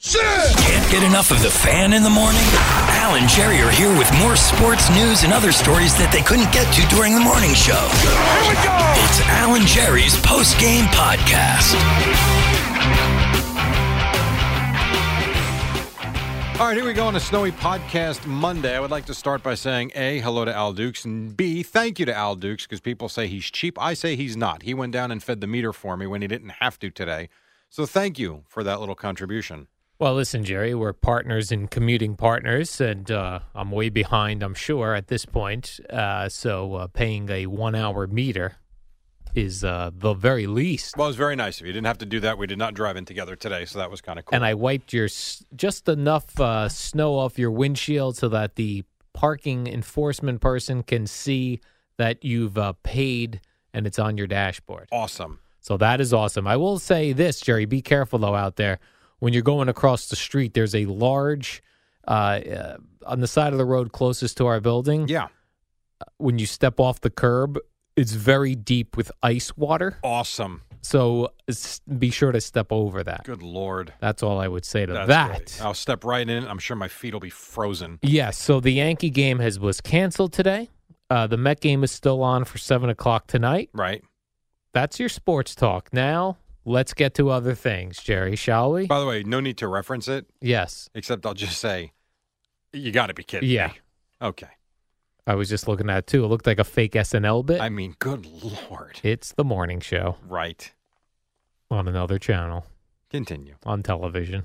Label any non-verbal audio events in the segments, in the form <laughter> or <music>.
Can't get enough of the fan in the morning? Al and Jerry are here with more sports news and other stories that they couldn't get to during the morning show. Here we go! It's Al and Jerry's post game podcast. All right, here we go on a snowy podcast Monday. I would like to start by saying A, hello to Al Dukes, and B, thank you to Al Dukes because people say he's cheap. I say he's not. He went down and fed the meter for me when he didn't have to today. So thank you for that little contribution. Well, listen, Jerry, we're partners in commuting partners, and uh, I'm way behind, I'm sure, at this point. Uh, so uh, paying a one hour meter is uh, the very least. Well, it was very nice of you. You didn't have to do that. We did not drive in together today, so that was kind of cool. And I wiped your s- just enough uh, snow off your windshield so that the parking enforcement person can see that you've uh, paid and it's on your dashboard. awesome. So that is awesome. I will say this, Jerry, be careful though out there. When you're going across the street, there's a large uh, uh, on the side of the road closest to our building. Yeah, When you step off the curb, it's very deep with ice water. awesome. So s- be sure to step over that. Good lord. That's all I would say to That's that. great. I'll step right in. I'm sure my feet will be frozen. Yes. So the Yankee game has was canceled today. Uh, the Met game is still on for seven o'clock tonight. Right. That's your sports talk. Now let's get to other things, Jerry. Shall we? By the way, no need to reference it, yes. except I'll just say, you got to be kidding. me. Yeah. Okay. I was just looking at it too. It looked like a fake SNL bit. I mean, good lord. it's the morning show Right. on another channel Continue. on television.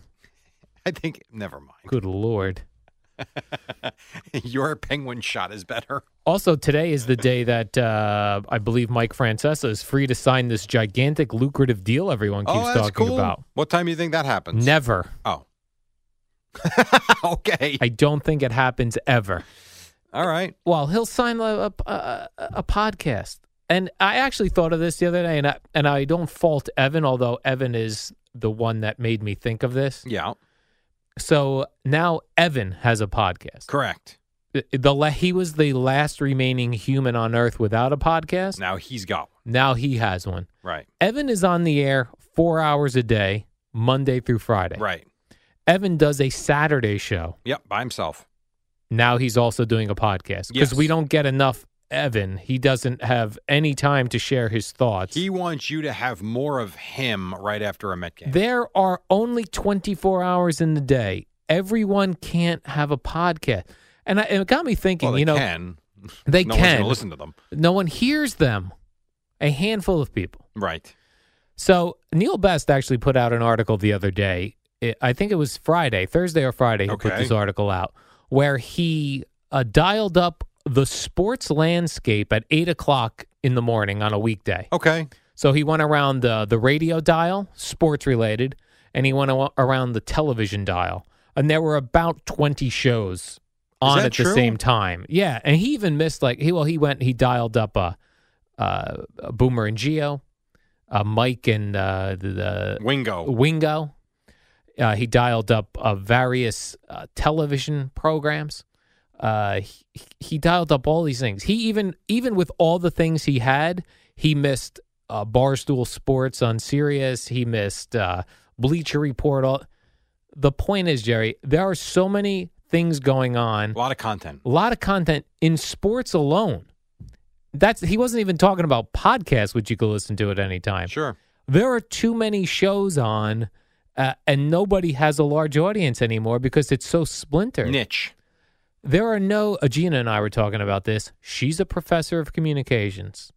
I think never mind. Good lord. <laughs> Your penguin shot is better. Also, today is the day that uh, I believe Mike Francesa is free to sign this gigantic, lucrative deal everyone Oh, keeps talking about. What time do you think that happens? Never. Oh. <laughs> okay. I don't think it happens ever. All right. Well, he'll sign a, a, a, a podcast. And I actually thought of this the other day, and I, and I don't fault Evan, although Evan is the one that made me think of this. Yeah. So now Evan has a podcast. Correct. the- the la- he was the last remaining human on earth without a podcast. Now he's got one. Now he has one. Right. Evan is on the air 4 hours a day, Monday through Friday. Right. Evan does a Saturday show. Yep. By himself. Now he's also doing a podcast because Yes. we don't get enough Evan. He doesn't have any time to share his thoughts. He wants you to have more of him right after a Met game. there are only 24 hours in the day. Everyone can't have a podcast. And I, it got me thinking, well, they you know, can. they no one's can. gonna listen to them. No one hears them. A handful of people. Right. So Neil Best actually put out an article the other day. It, I think it was Friday, Thursday or Friday. He put Okay. this article out where he uh, dialed up the sports landscape at eight o'clock in the morning on a weekday. Okay. So he went around the the radio dial, sports related, and he went a- around the television dial, and there were about twenty shows on that at true? the same time. Yeah, and he even missed like he well he went he dialed up a, uh, a Boomer and Geo, uh, Mike and uh, the, the Wingo. Wingo. Uh, he dialed up uh, various uh, television programs. Uh, he, he dialed up all these things. He even even with all the things he had, he missed uh, Barstool Sports on Sirius. He missed uh, Bleacher Report. All the point is, Jerry, there are so many things going on. A lot of content. A lot of content in sports alone. That's he wasn't even talking about podcasts, which you could listen to at any time Sure. There are too many shows on, uh, and nobody has a large audience anymore because it's so splintered. Niche. There are no, uh, Gina and I were talking about this. She's a professor of communications.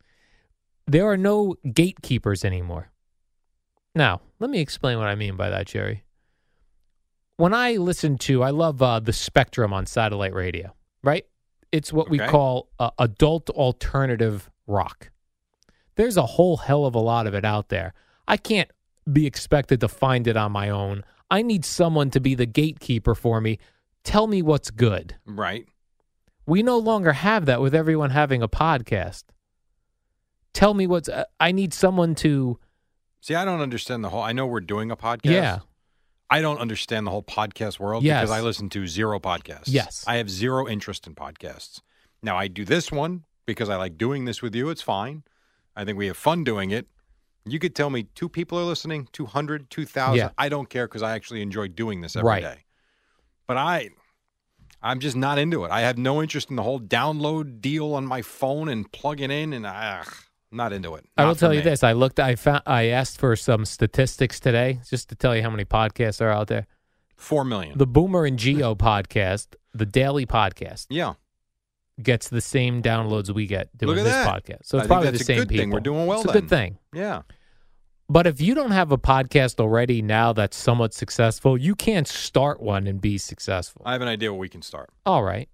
There are no gatekeepers anymore. Now, let me explain what I mean by that, Jerry. When I listen to, I love uh, the spectrum on satellite radio, right? It's what we Okay. call uh, adult alternative rock. There's a whole hell of a lot of it out there. I can't be expected to find it on my own. I need someone to be the gatekeeper for me. Tell me what's good. Right. We no longer have that with everyone having a podcast. Tell me what's. Uh, I need someone to. See, I don't understand the whole. I know we're doing a podcast. Yeah. I don't understand the whole podcast world Yes. because I listen to zero podcasts. Yes. I have zero interest in podcasts. Now, I do this one because I like doing this with you. It's fine. I think we have fun doing it. You could tell me two people are listening, 200, 2,000. Yeah. I don't care because I actually enjoy doing this every day. Right. But I. I'm just not into it. I have no interest in the whole download deal on my phone and plugging in, and I, ugh, I'm not into it. I will Not for tell you me. this. I looked. I found. I asked for some statistics today, just to tell you how many podcasts are out there. Four million. The Boomer and <laughs> Geo podcast, the Daily podcast, yeah. gets the same downloads we get doing Look at this that. podcast. So I think it's probably that's the a same good people. thing. We're doing well It's a good then. thing. Yeah. But if you don't have a podcast already now that's somewhat successful, you can't start one and be successful. I have an idea where we can start. All right,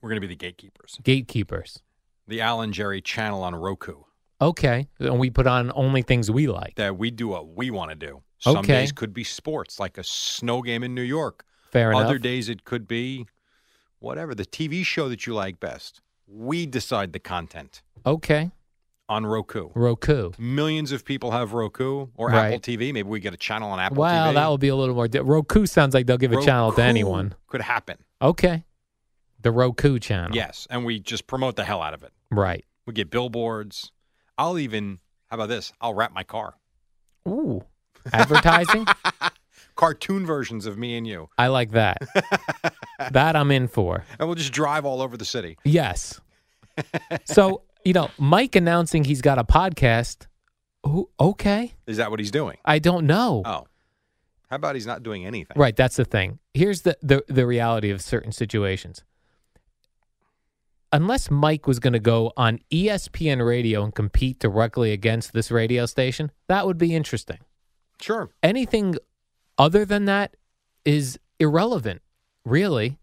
We're going to be the gatekeepers. gatekeepers. The Alan Jerry channel on Roku Okay. And we put on only things we like. that we do what we want to do. Some Okay. days could be sports, like a snow game in New York. Fair Other enough. days it could be whatever, the TV show that you like best. We decide the content okay. on Roku. Roku. Millions of people have Roku or Right. Apple TV. Maybe we get a channel on Apple wow, TV. that will be a little more. Di- Roku sounds like they'll give a channel to Roku anyone. Could happen. Okay. The Roku channel. Yes. And we just promote the hell out of it. Right. We get billboards. I'll even, how about this? I'll wrap my car. <laughs> Ooh. Advertising? Cartoon versions of me and you. I <laughs> like that. that I'm in for. And we'll just drive all over the city. Yes. so, you know, Mike announcing he's got a podcast. Ooh, okay. Is that what he's doing? I don't know. Oh. How about he's not doing anything? Right, that's the thing. Here's the the, the reality of certain situations. Unless Mike was going to go on E ESPN radio and compete directly against this radio station, that would be interesting. Sure. Anything other than that is irrelevant, really,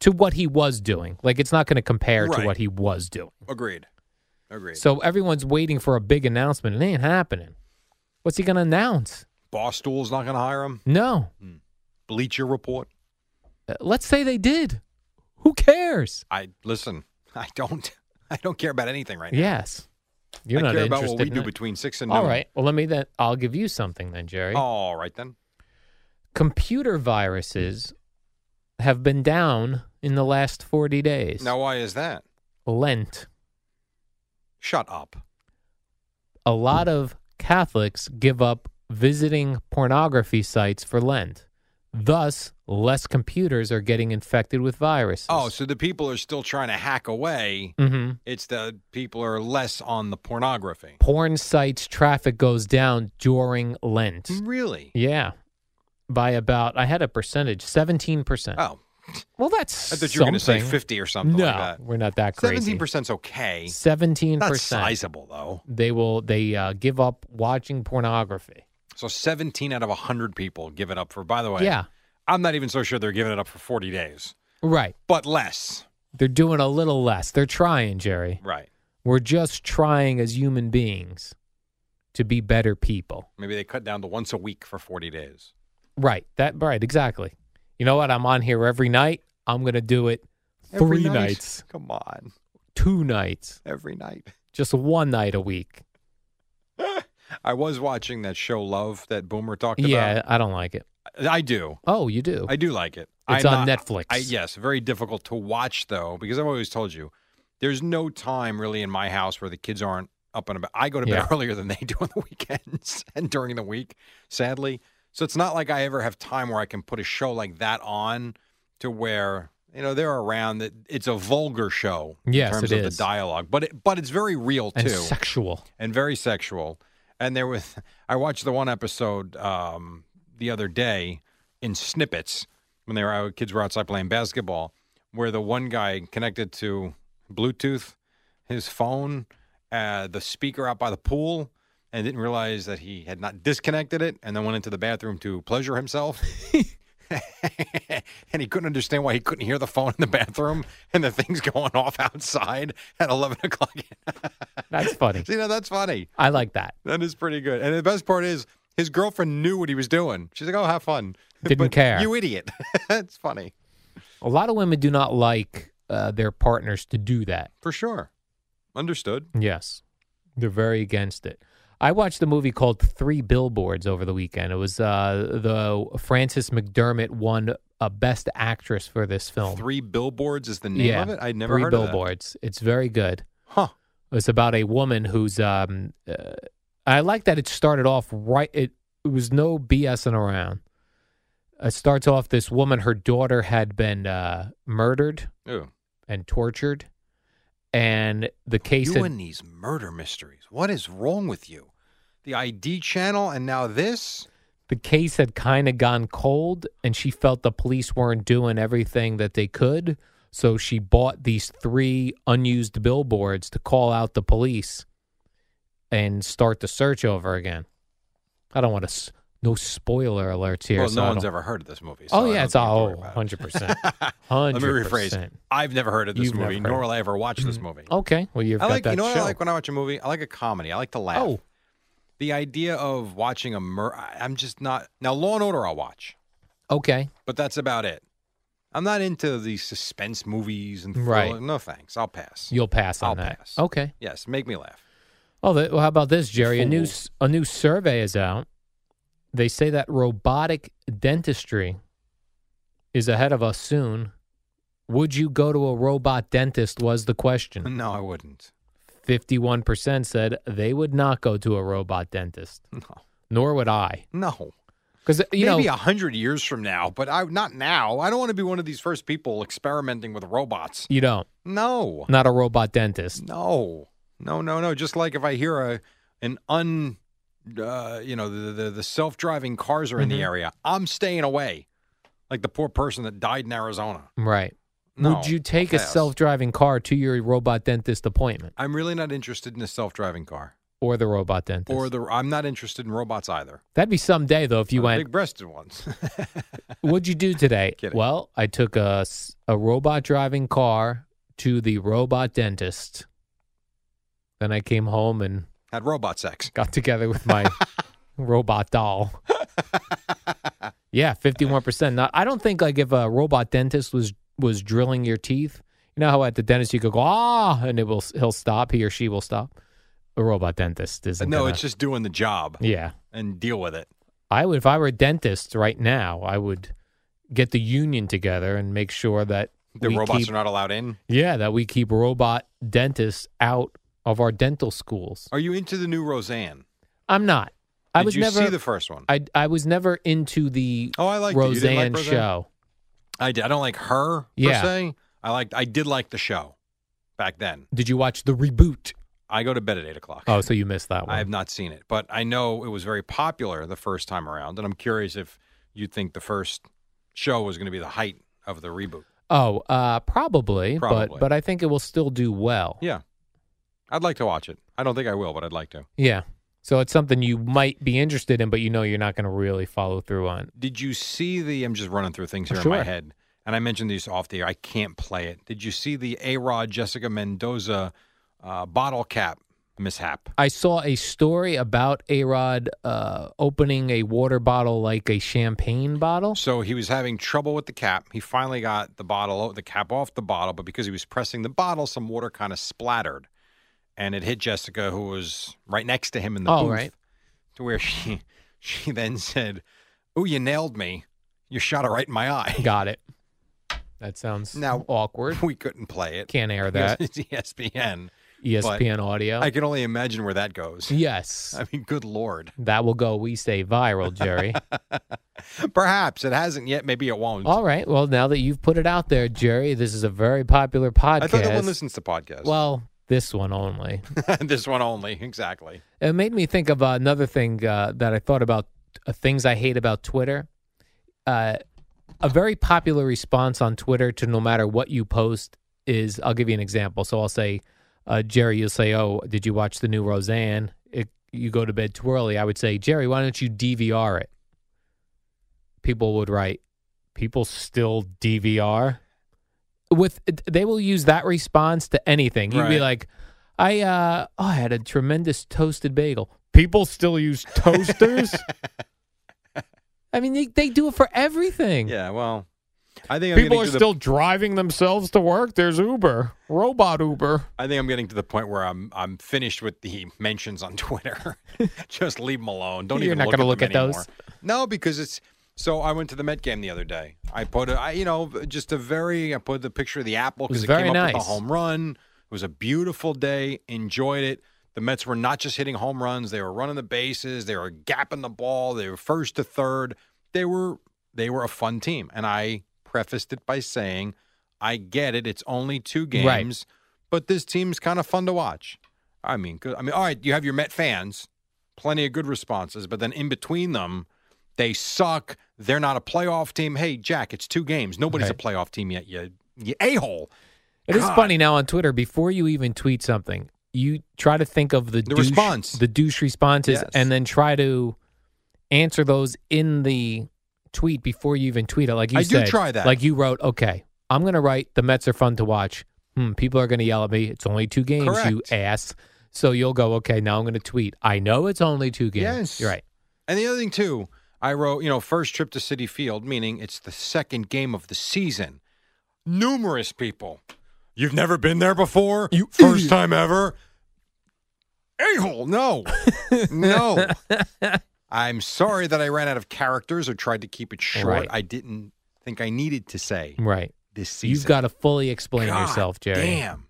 to what he was doing. Like it's not going to compare Right. to what he was doing. Agreed. Agreed. So everyone's waiting for a big announcement. and It ain't happening. What's he going to announce? Barstool's not going to hire him. No. Bleacher Report. Uh, Let's say they did. Who cares? I listen. <laughs> I don't. I don't care about anything right now. Yes. You're I not care about interested what we in do that. between six and All noon. right. Well, let me then. I'll give you something then, Jerry. All right then. Computer viruses have been down in the last 40 days. Now why is that? Lent. Shut up. A lot of Catholics give up visiting pornography sites for Lent. Thus, less computers are getting infected with viruses. Oh, so the people are still trying to hack away. hmm It's the people are less on the pornography. porn sites traffic goes down during Lent. Mm. Really? Yeah. By about, I had a percentage, 17%. Oh, Well, that's I thought you were going to say something. fifty or something no, like that. we're not that crazy. Seventeen percent's okay. Seventeen That's percent. sizable though. They will. They uh, give up watching pornography. So 17 out of 100 people give it up for, by the way, Yeah, I'm not even so sure they're giving it up for 40 days, right. but less. They're doing a little less. They're trying, Jerry. Right. We're just trying as human beings to be better people. Maybe they cut down to once a week for 40 days. Right. That. Right. Exactly. You know what? I'm on here every night. I'm gonna do it Every three night. nights, Come on. two nights, Every night. just one night a week. I was watching that show Love that Boomer talked yeah, about. I don't like it. I do. Oh, you do. I do like it. It's I'm on not- Netflix. I, yes, very difficult to watch though, because I've always told you, there's no time really in my house where the kids aren't up and about. I go to bed Yeah. <laughs> earlier than they do on the weekends <laughs> and during the week, sadly. So it's not like I ever have time where I can put a show like that on to where you know they're around. That it's a vulgar show in Yes, terms it of is. the dialogue, but it, but it's very real too and sexual. and very sexual. And there was, <laughs> I watched the one episode um, the other day in snippets when they were out, kids were outside playing basketball, where the one guy connected to Bluetooth his phone, uh, the speaker out by the pool, and didn't realize that he had not disconnected it, and then went into the bathroom to pleasure himself. <laughs> and he couldn't understand why he couldn't hear the phone in the bathroom and the things <laughs> going off outside at 11 o'clock. <laughs> That's <laughs> funny. See, now that's funny. I like that. That is pretty good. And the best part is his girlfriend knew what he was doing. She's like, "Oh, have fun." Didn't care. You idiot. <laughs> it's funny A lot of women do not like uh, their partners to do that. for sure. Understood. Yes. They're very against it. I watched a movie called Three Billboards over the weekend. It was uh, the Frances McDermott won a Best Actress for this film. Three billboards is the name yeah, of it. I'd never Three heard of Billboards. It's very good. that. Huh. It's about a woman who's. Um, uh, I like that it started off right. It, it was no BSing around. It starts off this woman. Her daughter had been uh, murdered Ooh. and tortured, and the case. you had- and these murder mysteries. What is wrong with you? The ID channel and now this? the case had kind of gone cold and she felt the police weren't doing everything that they could so she bought these three unused billboards to call out the police and start the search over again i don't want to no spoiler alerts here well, so no I one's don't- ever heard of this movie. so oh I yeah don't it's think you oh worry about it. 100% <laughs> Let me rephrase. 100% I've never heard of this You've movie, never nor heard. will I ever watch this movie. okay well you've I got like that you know what show I like when I watch a movie? I like a comedy. I like to laugh. oh The idea of watching a mur I- I'm just not now Law and Order I'll watch, Oh, okay but that's about it. I'm not into the suspense movies and Right. thriller- No thanks. I'll pass. you'll pass on I'll that pass. okay yes, make me laugh. Oh, th- well, how about this, Jerry? A new s- a new survey is out. They say that robotic dentistry is ahead of us soon. Would you go to a robot dentist? Was the question. No, I wouldn't. Fifty-one percent said they would not go to a robot dentist, <laughs> No. nor would I, No. because you Maybe know a hundred years from now, but I not now. I don't want to be one of these first people experimenting with robots. you don't. No, Not a robot dentist. no, no, no, no. Just like if I hear a an un, uh, you know, the the, the self driving cars are in Mm-hmm. the area, I'm staying away. Like the poor person that died in Arizona. Right. No, would you take I'll a pass. self-driving car to your robot dentist appointment I'm really not interested in a self driving car or the robot dentist? or the. I'm not interested in robots either. That'd be someday though if you went. big breasted ones. <laughs> What'd you do today? Kidding. well, I took a, s- a robot driving car to the robot dentist. Then I came home and Had robot sex. got together with <laughs> my robot doll. yeah, fifty-one percent. Not. I don't think like if a robot dentist was was drilling your teeth. You know how at the dentist you could go ah, and it will he'll stop. He or she will stop. A robot dentist isn't. No, gonna- it's just doing the job yeah. and deal with it. I would, if I were a dentist right now, I would get the union together and make sure that The we robots keep, are not allowed in. yeah, that we keep robot dentists out of our dental schools. Are you into the new Roseanne? I'm not. Did I was you never. see the first one? I I was never into the Oh, I liked it. You didn't Roseanne, like Roseanne? show. I did. I don't like her Yeah. per se. I liked. I did like the show back then. Did you watch the reboot? I go to bed at eight o'clock. Oh, so you missed that one. I have not seen it, but I know it was very popular the first time around, and I'm curious if you think the first show was going to be the height of the reboot. oh, uh, probably, Probably. but but I think it will still do well. Yeah, I'd like to watch it. I don't think I will, but I'd like to. Yeah. So it's something you might be interested in, but you know you're not going to really follow through on. Did you see the? I'm just running through things here in my Sure. head, and I mentioned these off the air. I can't play it. Did you see the A Rod Jessica Mendoza uh, bottle cap mishap? I saw a story about A Rod uh, opening a water bottle like a champagne bottle. So he was having trouble with the cap. He finally got the bottle, the cap off the bottle, but because he was pressing the bottle, some water kind of splattered, and it hit Jessica, who was right next to him in the Oh, booth, right. to where she <laughs> she then said, "Ooh, you nailed me! You shot it right in my eye." Got it. That sounds Now- awkward. <laughs> We couldn't play it. E Can't air <laughs> that. E It's ESPN. ESPN audio. I can only imagine where that goes. yes. I mean, good lord. that will go, we say, <laughs> viral, Jerry. Perhaps it hasn't yet. Maybe it won't. All right. Well, now that you've put it out there, Jerry, this is a very popular podcast. I thought no one listens to podcasts. Well, This one only. <laughs> this one only. Exactly. It made me think of another thing uh, that I thought about uh, things I hate about Twitter. Uh, a very popular response on Twitter to no matter what you post is I'll give you an example. So I'll say, uh, Jerry, you'll say, Oh, did you watch the new Roseanne? It, you go to bed too early. I would say, Jerry, why don't you DVR it? People would write, People still DVR. With they will use that response to anything. You'd be Right. like, I uh, oh, I had a tremendous toasted bagel. People still use toasters. <laughs> I mean, they, they do it for everything. Yeah. Well, I think I'm Hmm. People getting are to the- still driving themselves to work. There's Uber, robot Uber. I think I'm getting to the point where I'm I'm finished with the mentions on <laughs> <laughs> Twitter. Just leave them alone. Don't You're even not look gonna at look them at those? anymore. No, because it's so. I went to the Met game the other day. I put a, I, you know, just a very. I put the picture of the apple was because it, very came up with nice. a home run. It was a beautiful day. Enjoyed it. The Mets were not just hitting home runs; they were running the bases. They were gapping the ball. They were first to third. They were they were a fun team, and I prefaced it by saying, "I get it. It's only two games." Right. but this team's kind of fun to watch. I mean, 'cause- I mean, all right, you have your Met fans, plenty of good responses, but then in between them, they suck. They're not a playoff team. Hey, Jack, it's two games. Nobody's a Right. playoff team yet. You, you a hole. It is God. funny now on Twitter. Before you even tweet something, you try to think of the, douche, response. the douche responses, Yes. and then try to answer those in the tweet before you even tweet it. Like you I do said, try that. Like you wrote, okay, I'm going to write the Mets are fun to watch. Hmm, people are going to yell at me. It's only two games, you Correct. ass. So you'll go, okay, now I'm going to tweet. I know it's only two games. Yes. You're right. And the other thing too, I wrote, you know, first trip to City Field, meaning it's the second game of the season. Numerous people, you've never been there before. You first time ever. A hole. <laughs> No, no. I'm sorry that I ran out of characters or tried to keep it short. Right. I didn't think I needed to say Right. this season. You've got to fully explain God yourself, Jerry. Damn.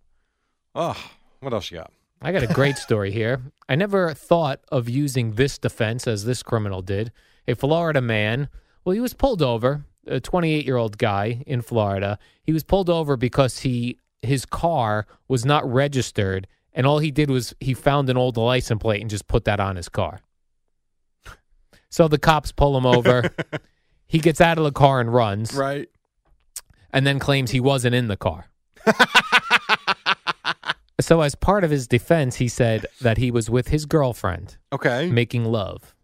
Oh, what else you got? I got a great story here. I never thought of using this defense as this criminal did. A Florida man, well, he was pulled over, a 28 year old guy in Florida. He was pulled over because he his car was not registered, and all he did was he found an old license plate and just put that on his car. So the cops pull him over. he gets out of the car and runs, Right. and then claims he wasn't in the car. so, as part of his defense, he said that he was with his girlfriend Okay. making love.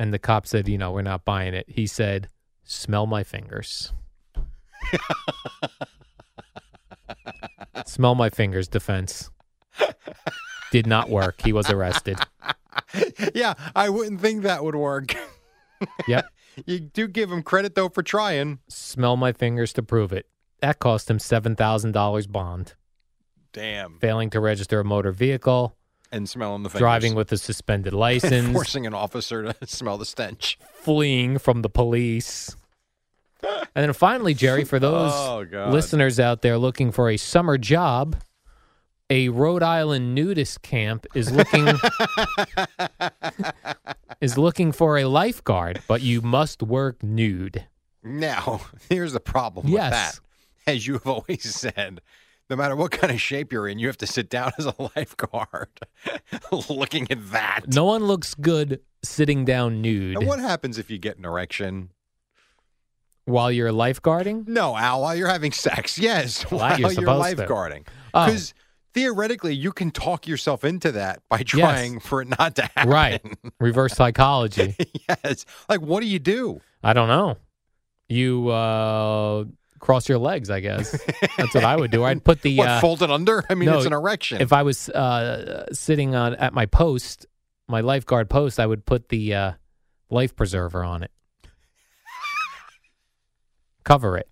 And the cop said, You know, we're not buying it. He said, Smell my fingers. Smell my fingers defense. Did not work. He was arrested. yeah, I wouldn't think that would work. Yep. You do give him credit though for trying. Smell my fingers to prove it. That cost him $7,000 bond. Damn. Failing to register a motor vehicle, And smelling the fingers. driving with <laughs> a suspended license, forcing an officer to <laughs> smell the stench. fleeing from the police. And then finally, Jerry, for those Oh, God. listeners out there looking for a summer job, a Rhode Island nudist camp <laughs> is looking is looking for a lifeguard, but you must work nude. Now, <laughs> here's the problem with Yes. that. As you have always said, no matter what kind of shape you're in, you have to sit down as a <laughs> lifeguard. <laughs> Looking at that. No one looks good sitting down And nude what happens if you get an erection? while you're lifeguarding. No, Al, while you're having sex, <laughs> yes, Well, while that you're you're supposed to. lifeguarding. Oh. Because theoretically, you can talk yourself into that by Yes. trying for it not to happen. Right. Reverse <laughs> psychology. yes. Like, what do you do? I don't know. You uh, cross your legs, <laughs> I guess. That's what I would do. I'd put the What, uh, fold it under? <laughs> I mean, no, it's an erection. if I was uh, sitting on at my post, my lifeguard post, I would put the uh, life preserver on it, cover it.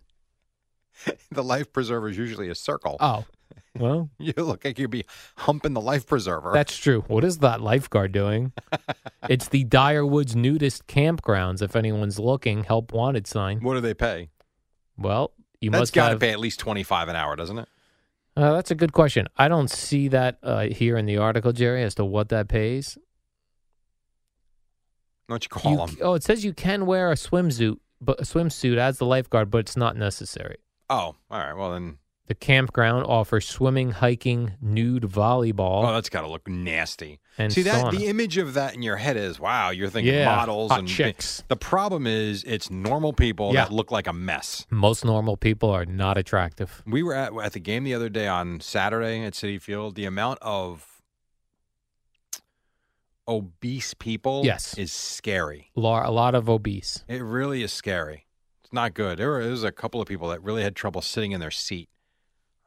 the life preserver is usually a circle. <laughs> Oh, well, you look like you'd be humping the life preserver. that's true. What is that lifeguard <laughs> doing? it's the Dire Woods Nudist Campgrounds. If anyone's looking, help wanted sign. what do they pay? Well, you That's must got to have. pay at least 25 an hour, doesn't it? Uh, that's a good question. I don't see that uh, here in the article, Jerry, as to what that pays. Why don't you call You, them? oh, it says you can wear a swimsuit, but a swimsuit as the lifeguard, but it's not necessary. Oh, all right. Well, then The campground offers swimming, hiking, nude volleyball. Oh, that's got to look nasty. And See that sauna. the image of that in your head is wow. You're thinking Yeah, models hot and chicks. The problem is it's normal people Yeah. that look like a mess. Most normal people are not attractive. We were at, at the game the other day on Saturday at City Field. The amount of obese people Yes. is scary. Lar- A lot of obese. It really is scary. It's not good. There were- there was a couple of people that really had trouble sitting in their seat.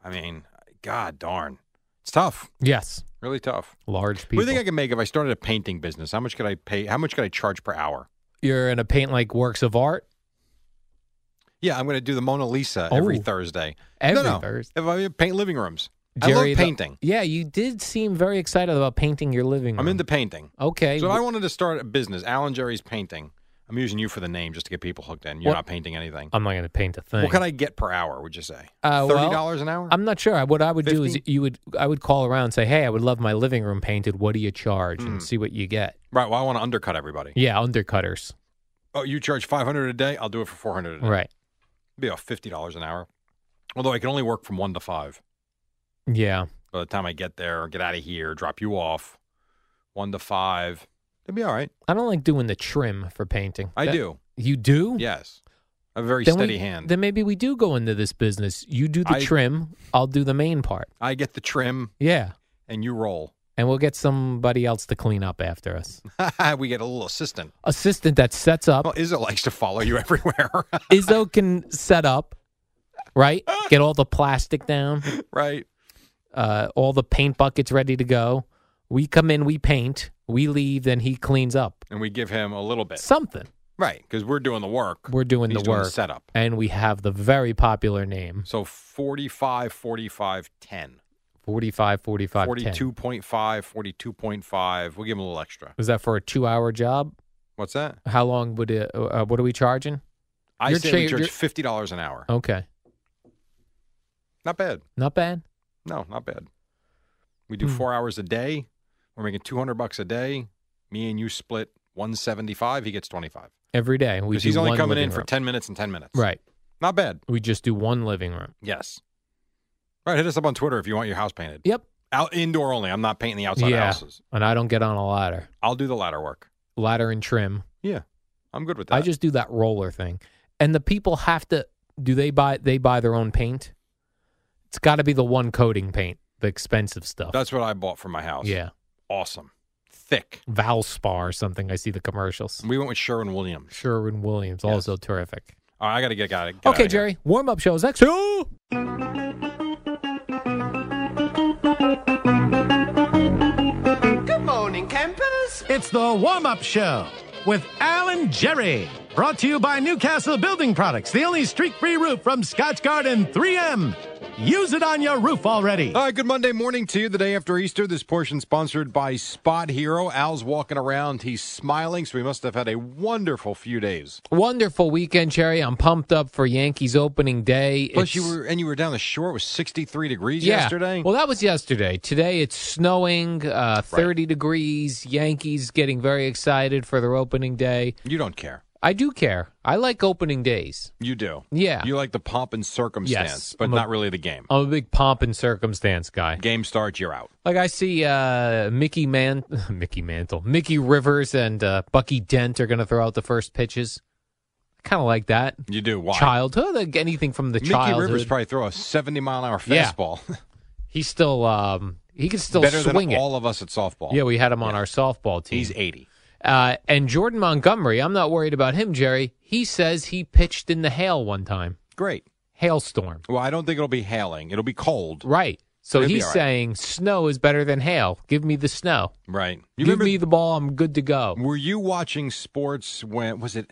I mean, God darn, it's tough. Yes, Really tough. large What do people. you think I could make if I started a painting business? How much could I pay? How much could I charge per hour? You're gonna paint like works of art Yeah, I'm going to do the Mona Lisa every Oh. Thursday. every no, no. Thursday. If I paint living rooms, I Jerry, love the- painting. yeah, you did seem very excited about painting your living room. I'm into painting. Okay. So if I wanted to start a business, Alan Jerry's painting. I'm using you for the name just to get people hooked in. You're What- not painting anything. I'm not going to paint a thing. What could I get per hour? Would you say Uh, well, thirty dollars an hour? I'm not sure. What I would do is 50? you would I would call around and say, "Hey, I would love my living room painted. What do you charge?" Hmm. and see what you get. right. Well, I want to undercut everybody. Yeah, undercutters. Oh, you charge five hundred a day. I'll do it for four hundred a day. Right. It'd be about fifty dollars an hour. Although I can only work from one to five. Yeah. By the time I get there, get out of here, drop you off, one to five, it'd be all right. I don't like doing the trim for painting. I That- do. You do? Yes, a very Hmm. Then we- steady hand. Then maybe we do go into this business. You do the I- trim. I'll do the main part. I get the trim, Yeah. and you roll. <laughs> And we'll get somebody else to clean up after us. we get a little assistant. Assistant that sets up. Well, Izzo likes to follow you <laughs> everywhere, Izzo can set up, <laughs> right? Get all the plastic down. right? uh, all the paint buckets ready to go. We come in, we paint, we leave, then he cleans up And we give him a little bit, something. right? Because we're doing the work. We're doing He's the work, setup. and we have the very popular name So 45, 45, 10. 45, 45, 10. 42.5, 42.5. We'll give him a little extra. Was that for a two-hour job? What's that? How long would it? Uh, what are we charging? I You're say cha- we charge you're- Oh. fifty dollars an hour. Okay, Not bad. not bad. No, not bad. We do Hmm. four hours a day. We're making two hundred bucks a day. Me and you split one seventy five. He gets twenty five Every day we because do he's only one coming in living for room. ten minutes and ten minutes. Right, Not bad. we just do one living room. Yes. All right. Hit us up on Twitter if you want your house painted. Yep. Out indoor only. I'm not painting the outside yeah, houses. and I don't get on a ladder, I'll do the ladder work. ladder and trim. Yeah, I'm good with that. I just do that roller thing. And the people have to do they buy they buy their own paint? It's got to be the one coating paint, the expensive stuff. that's what I bought for my house. yeah. Awesome. Thick. Valspar or something. I see the commercials. We went with Sherwin Williams. Sherwin Williams Mm. Yes. also terrific. All right, I got to get out of okay, Jerry. Warm up shows next. Ooh! It's the warm up show with Alan Jerry. Brought to you by Newcastle Building Products, the only streak free roof from Scotch Garden 3M. Use it on your roof already. All right, good Monday morning to you. The day after Easter, this portion sponsored by Spot Hero. Al's walking around. He's smiling, so we must have had a wonderful few days. Wonderful weekend, Jerry. I'm pumped up for Yankees opening day. Plus, you It's- were and you were down the shore. It was 63 degrees yesterday. Well, that was yesterday. Today it's snowing, uh, 30 degrees. Yankees getting very excited for their opening day. you don't care. I do care. I like opening days. You do. Yeah. You like the pomp and circumstance, Yes, but I'm a- not really the game. I'm a big pomp and circumstance guy. Game starts, you're out. Like I see uh, Mickey Man, <laughs> Mickey Mantle, Mickey Rivers, and uh, Bucky Dent are going to throw out the first pitches. I kind of like that. You do. Why? Childhood, like anything from the Mickey childhood. Rivers probably throw a 70 mile an hour Yeah. fastball. <laughs> He's still, um, he can still Better swing than it. all of us at softball. yeah, we had him on our softball team. He's 80. Uh, and Jordan Montgomery, I'm not worried about him, Jerry. He says he pitched in the hail one time, Great. hailstorm. Well, I don't think it'll be hailing. It'll be cold. Right. So It'll be he's all right. saying snow is better than hail. Give me the snow. Right. You Give remember me the ball. I'm good to go. Were you watching sports when was it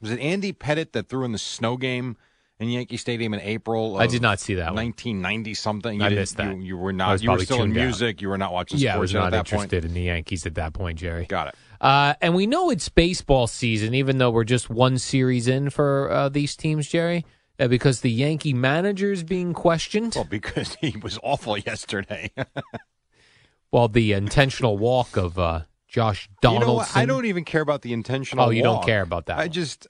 was it Andy Pettit that threw in the snow game in Yankee Stadium in April? I did not see that one. 1990 something. You I didn't- missed that. You, you were I not. was You were probably still in tuned out. music. You were not watching Yeah, I sports was yet not at that interested in the Yankees at that point, Jerry. point. Got it. Uh, and we know it's baseball season, even though we're just one series in for uh, these teams, Jerry, uh, because the Yankee manager is being questioned. Well, because <laughs> he was awful yesterday. Well, the intentional walk of uh, Josh you Donaldson. know what? I don't even care about the intentional. Oh, you don't walk. care about that I one. just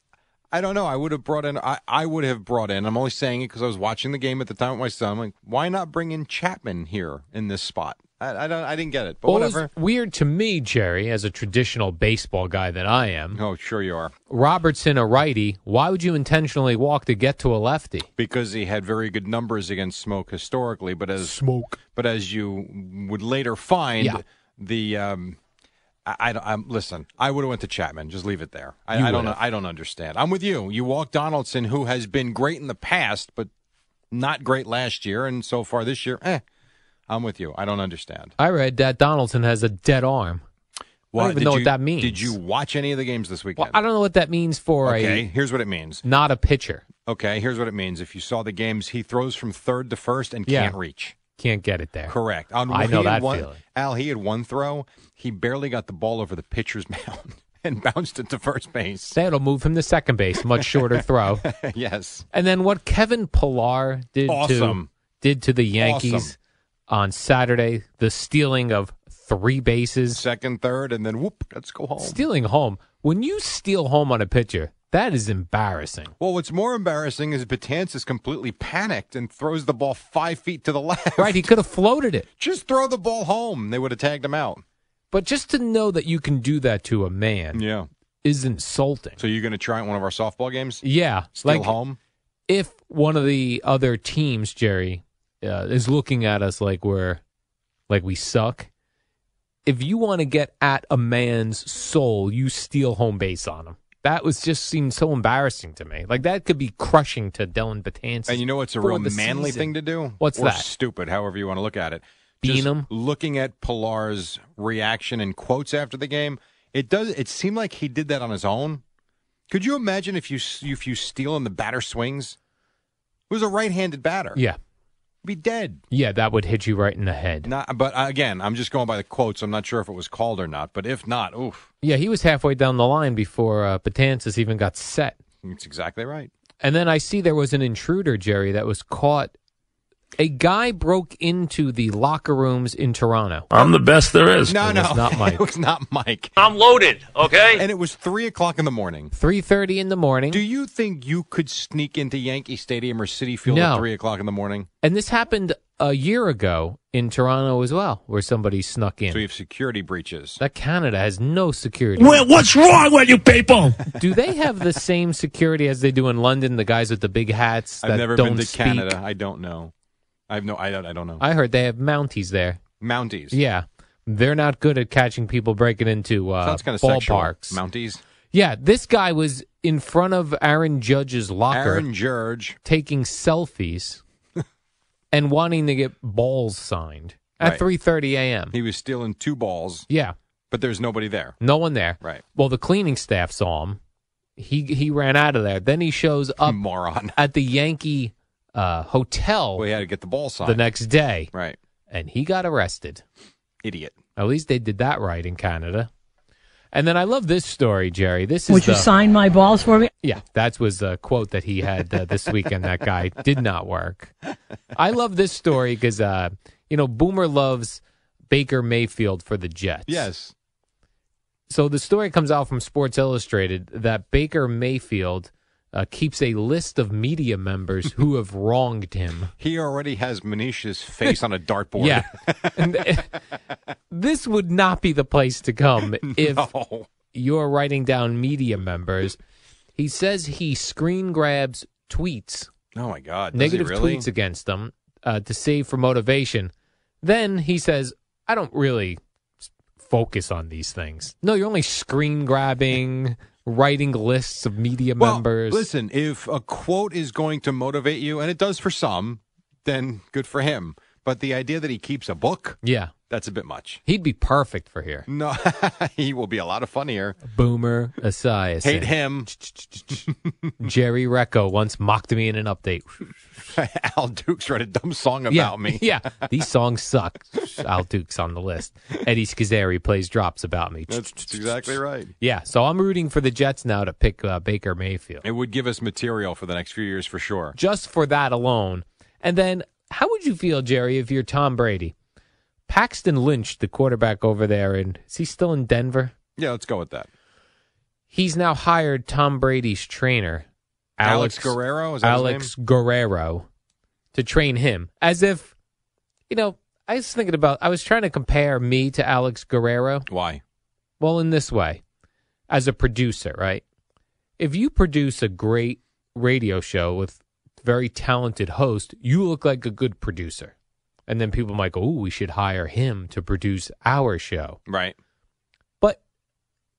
I don't know. I would have brought in. I, I would have brought in. I'm only saying it because I was watching the game at the time with my son. I'm like, why not bring in Chapman here in this spot? I, I don't. I didn't get it. But What was whatever. weird to me, Jerry, as a traditional baseball guy that I am, Oh, sure you are. Robertson a righty. Why would you intentionally walk to get to a lefty? Because he had very good numbers against Smoke historically, but as Smoke. but as you would later find, Yeah. the um, I, I don't- I'm, listen. I would have went to Chapman. Just leave it there. You I, I don't. would've. I don't understand. I'm with you. You walk Donaldson, who has been great in the past, but not great last year, and so far this year, eh. I'm with you. I don't understand. I read that Donaldson has a dead arm. even did know what you- that means. Did you watch any of the games this weekend? Well, I don't know what that means for okay, a here's what it means. not a pitcher. Okay, here's what it means. If you saw the games, he throws from third to first and Yeah. can't reach. Can't get it there. Correct. On, I he know had that one, feeling. Al, he had one throw. He barely got the ball over the pitcher's <laughs> mound and bounced it to first base. <laughs> That'll move him to second base, much shorter throw. yes. And then what Kevin Pillar did Awesome. to did to the Yankees Awesome. on Saturday, the stealing of three bases, Second, third, and then whoop, let's go home. stealing home. When you steal home on a pitcher, that is embarrassing. well, what's more embarrassing is Batanzas completely panicked and throws the ball five feet to the <laughs> left. Right? He could have floated it. Just throw the ball home. They would have tagged him out. But just to know that you can do that to a man Yeah. is insulting. So you're going to try it in one of our softball games? yeah. Steal like home? if one of the other teams, Jerry, uh, is looking at us like we're like we suck. If you want to get at a man's soul, you steal home base on him. That was just seemed so embarrassing to me. Like that could be crushing to Dylan Batanzas. And you know what's a for real the manly season. thing to do? What's or that? Stupid, however you want to look at it. Bean Just him? Looking at Pilar's reaction and quotes after the game, it does. It seemed like he did that on his own. Could you imagine if you s- if you steal and the batter swings? It was a right-handed batter. Yeah, He'd be dead. yeah, that would hit you right in the head. Not, but uh, again, I'm just going by the quotes. I'm not sure if it was called or not. But if not, oof, Yeah, he was halfway down the line before uh, Batanzas even got set. it's exactly right. And then I see there was an intruder, Jerry, that was caught. A guy broke into the locker rooms in Toronto. Uh. I'm the best there is. No, It no, was not <laughs> Mike. it was not Mike. I'm loaded, okay? And it was three o'clock in the morning. Three thirty in the morning, Do you think you could sneak into Yankee Stadium or City Field No. at three o'clock in the morning? and this happened a year ago in Toronto as well, where somebody snuck in. So you have security breaches. that Canada has no security. Well, what's wrong with you people? do they have the same security as they do in London? The guys with the big hats that I've never don't been to speak. Canada. I don't know. I have no. I don't. I don't know. I heard they have Mounties there. Mounties. Yeah, they're not good at catching people breaking into uh, sounds kind of sexual. ballparks. Mounties. yeah, this guy was in front of Aaron Judge's locker, Aaron George. <laughs> taking selfies, and wanting to get balls signed at Right. three thirty a.m. He was stealing two balls, Yeah. but there's nobody there. No one there. Right. Well, the cleaning staff saw him. He he ran out of there. Then <laughs> he shows up Moron. at the Yankee uh, hotel Well, he had to get the ball signed. the next day, Right. and he got arrested. Idiot. At least they did that right in Canada. And then I love this story, Jerry. This is Would you the- sign my balls for me? Yeah, that was the quote that he had uh, this weekend. <laughs> That guy did not work. I love this story because uh, you know Boomer loves Baker Mayfield for the Jets. Yes. So the story comes out from Sports Illustrated that Baker Mayfield uh, keeps a list of media members <laughs> who have wronged him. He already has Manisha's face on a dartboard. Yeah. <laughs> <laughs> And, uh, this would not be the place to come if <laughs> No. you're writing down media members. He says he screen grabs tweets, Oh my God. Does negative he really? tweets against them uh, to save for motivation. Then he says, I don't really s- focus on these things. No, you're only screen grabbing, writing lists of media Well, members. Listen, if a quote is going to motivate you, and it does for some, then good for him. But the idea that he keeps a book, Yeah, that's a bit much. he'd be perfect for here. No, <laughs> he will be a lot of funnier. Boomer Esiason. Hate him. <laughs> Jerry Recco once mocked me in an update. Al Dukes wrote a dumb song about yeah, <laughs> me. yeah, these songs suck. Al Duke's on the list. Eddie Scazzeri plays drops about me. That's exactly right. Yeah, so I'm rooting for the Jets now to pick uh, Baker Mayfield. It would give us material for the next few years for sure. Just for that alone. And then how would you feel, Jerry, if you're Tom Brady? Paxton Lynch, the quarterback over there, and is he still in Denver? Yeah, let's go with that. He's now hired Tom Brady's trainer, Alex, Alex Guerrero is that his Alex Guerrero to train him. As if, you know, I was thinking about, I was trying to compare me to Alex Guerrero. name? Why? Well, in this way, as a producer, right? If you produce a great radio show with very talented host, you look like a good producer. And then people might go, "Ooh, we should hire him to produce our show." Right. But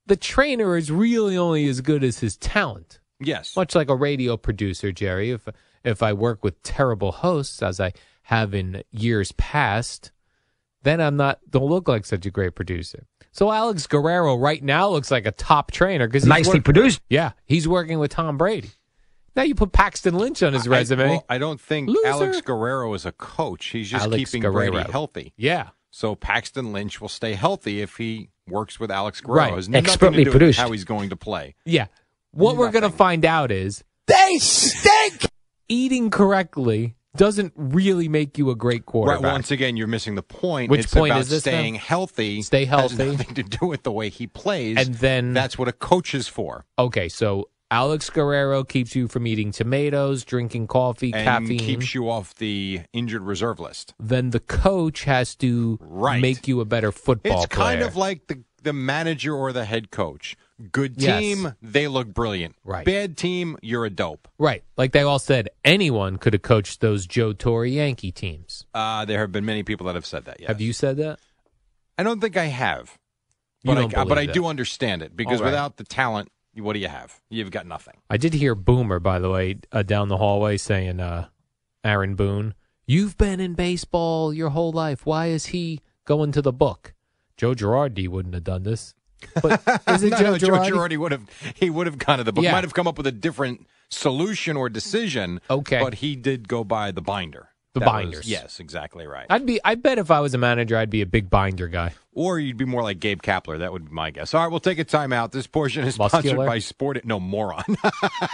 the trainer is really only as good as his talent. Yes. Much like a radio producer, Jerry, if if I work with terrible hosts as I have in years past, then I'm not don't look like such a great producer. So Alex Guerrero right now looks like a top trainer because nicely produced. Yeah, he's working with Tom Brady. Now you put Paxton Lynch on his I- resume. well, I don't think Loser. Alex Guerrero is a coach. He's just Alex keeping Guerrero. Brady healthy. yeah, So Paxton Lynch will stay healthy if he works with Alex Guerrero. Right. It has nothing to Expertly do with produced. How he's going to play. yeah. What we're gonna find out is They stink. eating correctly doesn't really make you a great Right. quarterback. Once again, you're missing the point. Which it's point about is this, Staying then? healthy. Stay healthy. Has nothing to do with the way he plays. and then that's what a coach is for. Okay, so Alex Guerrero keeps you from eating tomatoes, drinking coffee, And caffeine. keeps you off the injured reserve list. then the coach has to Right. make you a better football It's kind player. of like the the manager or the head coach. Good Yes. team, they look brilliant. Right. Bad team, you're a dope. right, like they all said, anyone could have coached those Joe Torre Yankee teams. Uh, there have been many people that have said that. Yes. Have you said that? I don't think I have. You But don't I, uh, but I believe do that. understand it because All right. without the talent, you- what do you have? You've got nothing. I did hear Boomer, by the way, uh, down the hallway saying, uh, Aaron Boone, you've been in baseball your whole life. Why is he going to the book? Joe Girardi wouldn't have done this. <laughs> But is it no, Joe no, Joe Girardi? Girardi would have <laughs> he would have gone to the book. Yeah. Might have come up with a different solution or decision. Okay. But he did go by the binder. The That was- binders. yes, exactly right. I'd be. I bet if I was a manager, I'd be a big binder guy. Or you'd be more like Gabe Kapler. That would be my guess. All right, we'll take a timeout. This portion is Muscular? sponsored by Sport. No, moron. <laughs>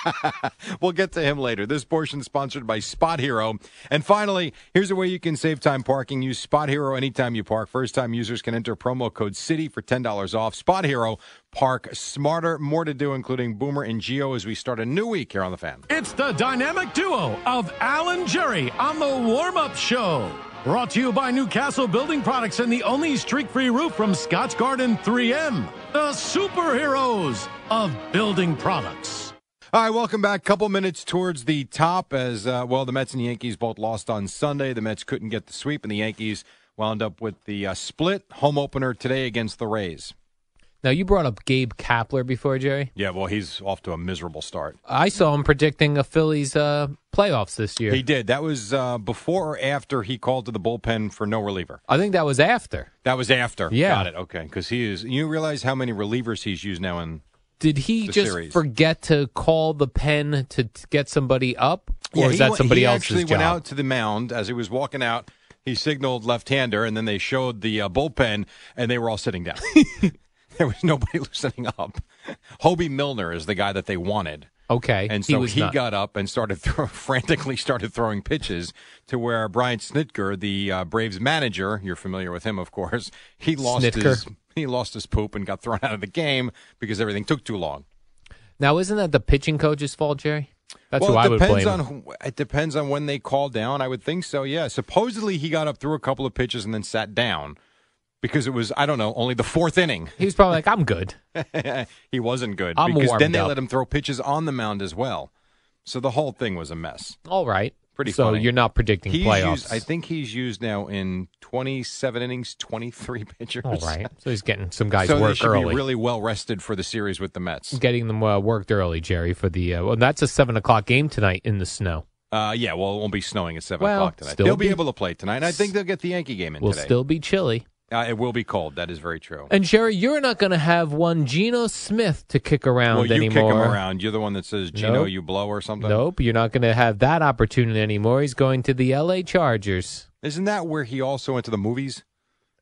we'll get to him later. This portion is sponsored by Spot Hero. And finally, here's a way you can save time parking. Use Spot Hero anytime you park. First time users can enter promo code CITY for $10 off. Spot Hero, park smarter. More to do, including Boomer and Geo, as we start a new week here on The Fan. It's the dynamic duo of Alan Jerry on the warm up show. Brought to you by Newcastle Building Products and the only streak free roof from Scotch Garden 3M, the superheroes of building products. All right, welcome back. Couple minutes towards the top as uh, well. The Mets and the Yankees both lost on Sunday. The Mets couldn't get the sweep, and the Yankees wound up with the uh, split home opener today against the Rays. Now you brought up Gabe Kapler before, Jerry. Yeah, well, he's off to a miserable start. I saw him predicting a Phillies uh, playoffs this year. He did. That was uh, before or after he called to the bullpen for no reliever. I think that was after. That was after. Yeah. got it. Okay, because he is. You realize how many relievers he's used now in Did he The just series. forget to call the pen to t- get somebody up, or Yeah, is he that went- somebody he else's actually job? went out to the mound as he was walking out. He signaled left-hander, and then they showed the uh, bullpen, and they were all sitting <laughs> down. there was nobody <laughs> sitting up. Hobie Milner is the guy that they wanted, okay, and so was he not- got up and started throw, <laughs> frantically started throwing pitches to where Brian Snitker, the uh, Braves manager, you're familiar with him, of course. He lost his Snitker. he lost his poop and got thrown <laughs> out of the game because everything took too long. Now isn't that the pitching coach's fault, Jerry? That's well, who I it would depends blame. on who, it depends on when they call down. I would think so. Yeah. Supposedly he got up through a couple of pitches and then sat down because it was I don't know only the fourth inning. He was probably like, "I'm good." he wasn't good I'm because then warmed they up. let him throw pitches on the mound as well. So the whole thing was a mess. All right, Pretty So funny. you're not predicting He's playoffs. used, I think he's used now in 27 innings, 23 <laughs> pitchers. All right, so he's getting some guys so they work should early. be really well rested for the series with the Mets. getting them uh, worked early, Jerry, for the. Uh, well, that's a seven o'clock game tonight in the snow. Uh, yeah, well, it won't be snowing at seven Well, o'clock tonight. still They'll be, be- able to play tonight. and I think they'll get the Yankee game in Will today. still be chilly. uh, it will be cold. That is very true. And Jerry, you're not going to have one Geno Smith to kick around Well, you anymore. kick him around. You're the one that says Gino, Nope. you blow or something. Nope, you're not going to have that opportunity anymore. He's going to the L.A. Chargers. Isn't that where he also went to the movies?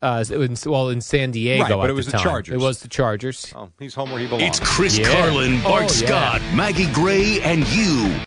Uh, so in, well, in San Diego, Right, but at it was the the time. Chargers. It was the Chargers. Oh, he's home where he belongs. It's Chris Yeah. Carlin, Bart Oh, yeah. Scott, Maggie Gray, and you.